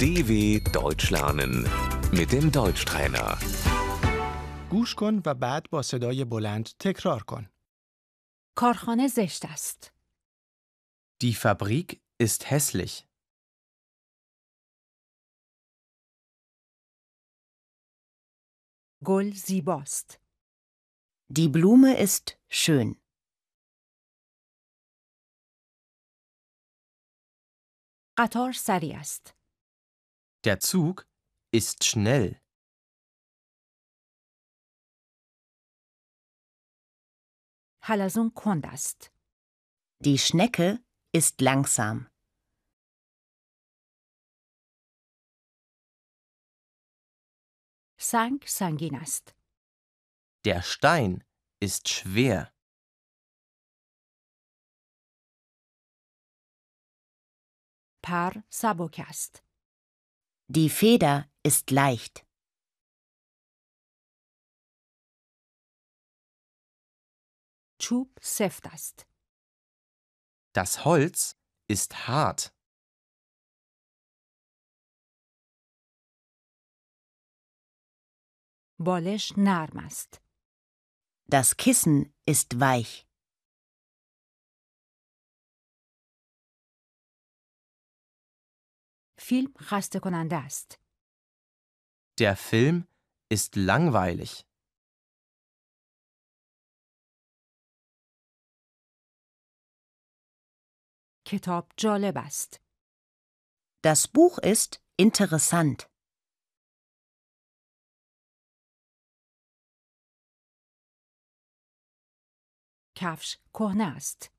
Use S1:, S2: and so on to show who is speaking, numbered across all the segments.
S1: DW Deutsch lernen mit dem Deutschtrainer.
S2: گوش کن و بعد با صدای بلند تکرار کن.
S3: کارخانه زشت است.
S4: Die Fabrik ist hässlich.
S3: گل زیباست.
S5: Die Blume ist schön.
S3: قطار سریع است.
S4: Der Zug ist schnell.
S3: حلزون کند است.
S5: Die Schnecke ist langsam.
S3: سنگ سنگین است.
S4: Der Stein ist schwer.
S3: پر سبک است.
S5: Die Feder ist leicht.
S3: چوب سفت است.
S4: Das Holz ist hart.
S3: بالش نرم است.
S5: Das Kissen ist weich.
S3: فیلم خسته کننده است.
S4: Der Film ist langweilig.
S3: کتاب جالب است.
S5: Das Buch ist interessant.
S3: کفش کهنه است.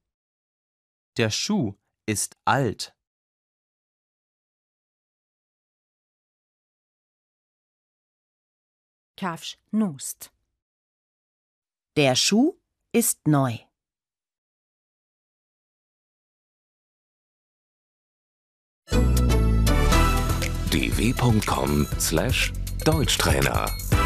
S4: Der Schuh ist alt.
S3: کفش نوست.
S5: Der Schuh ist neu.
S1: dw.com/deutschtrainer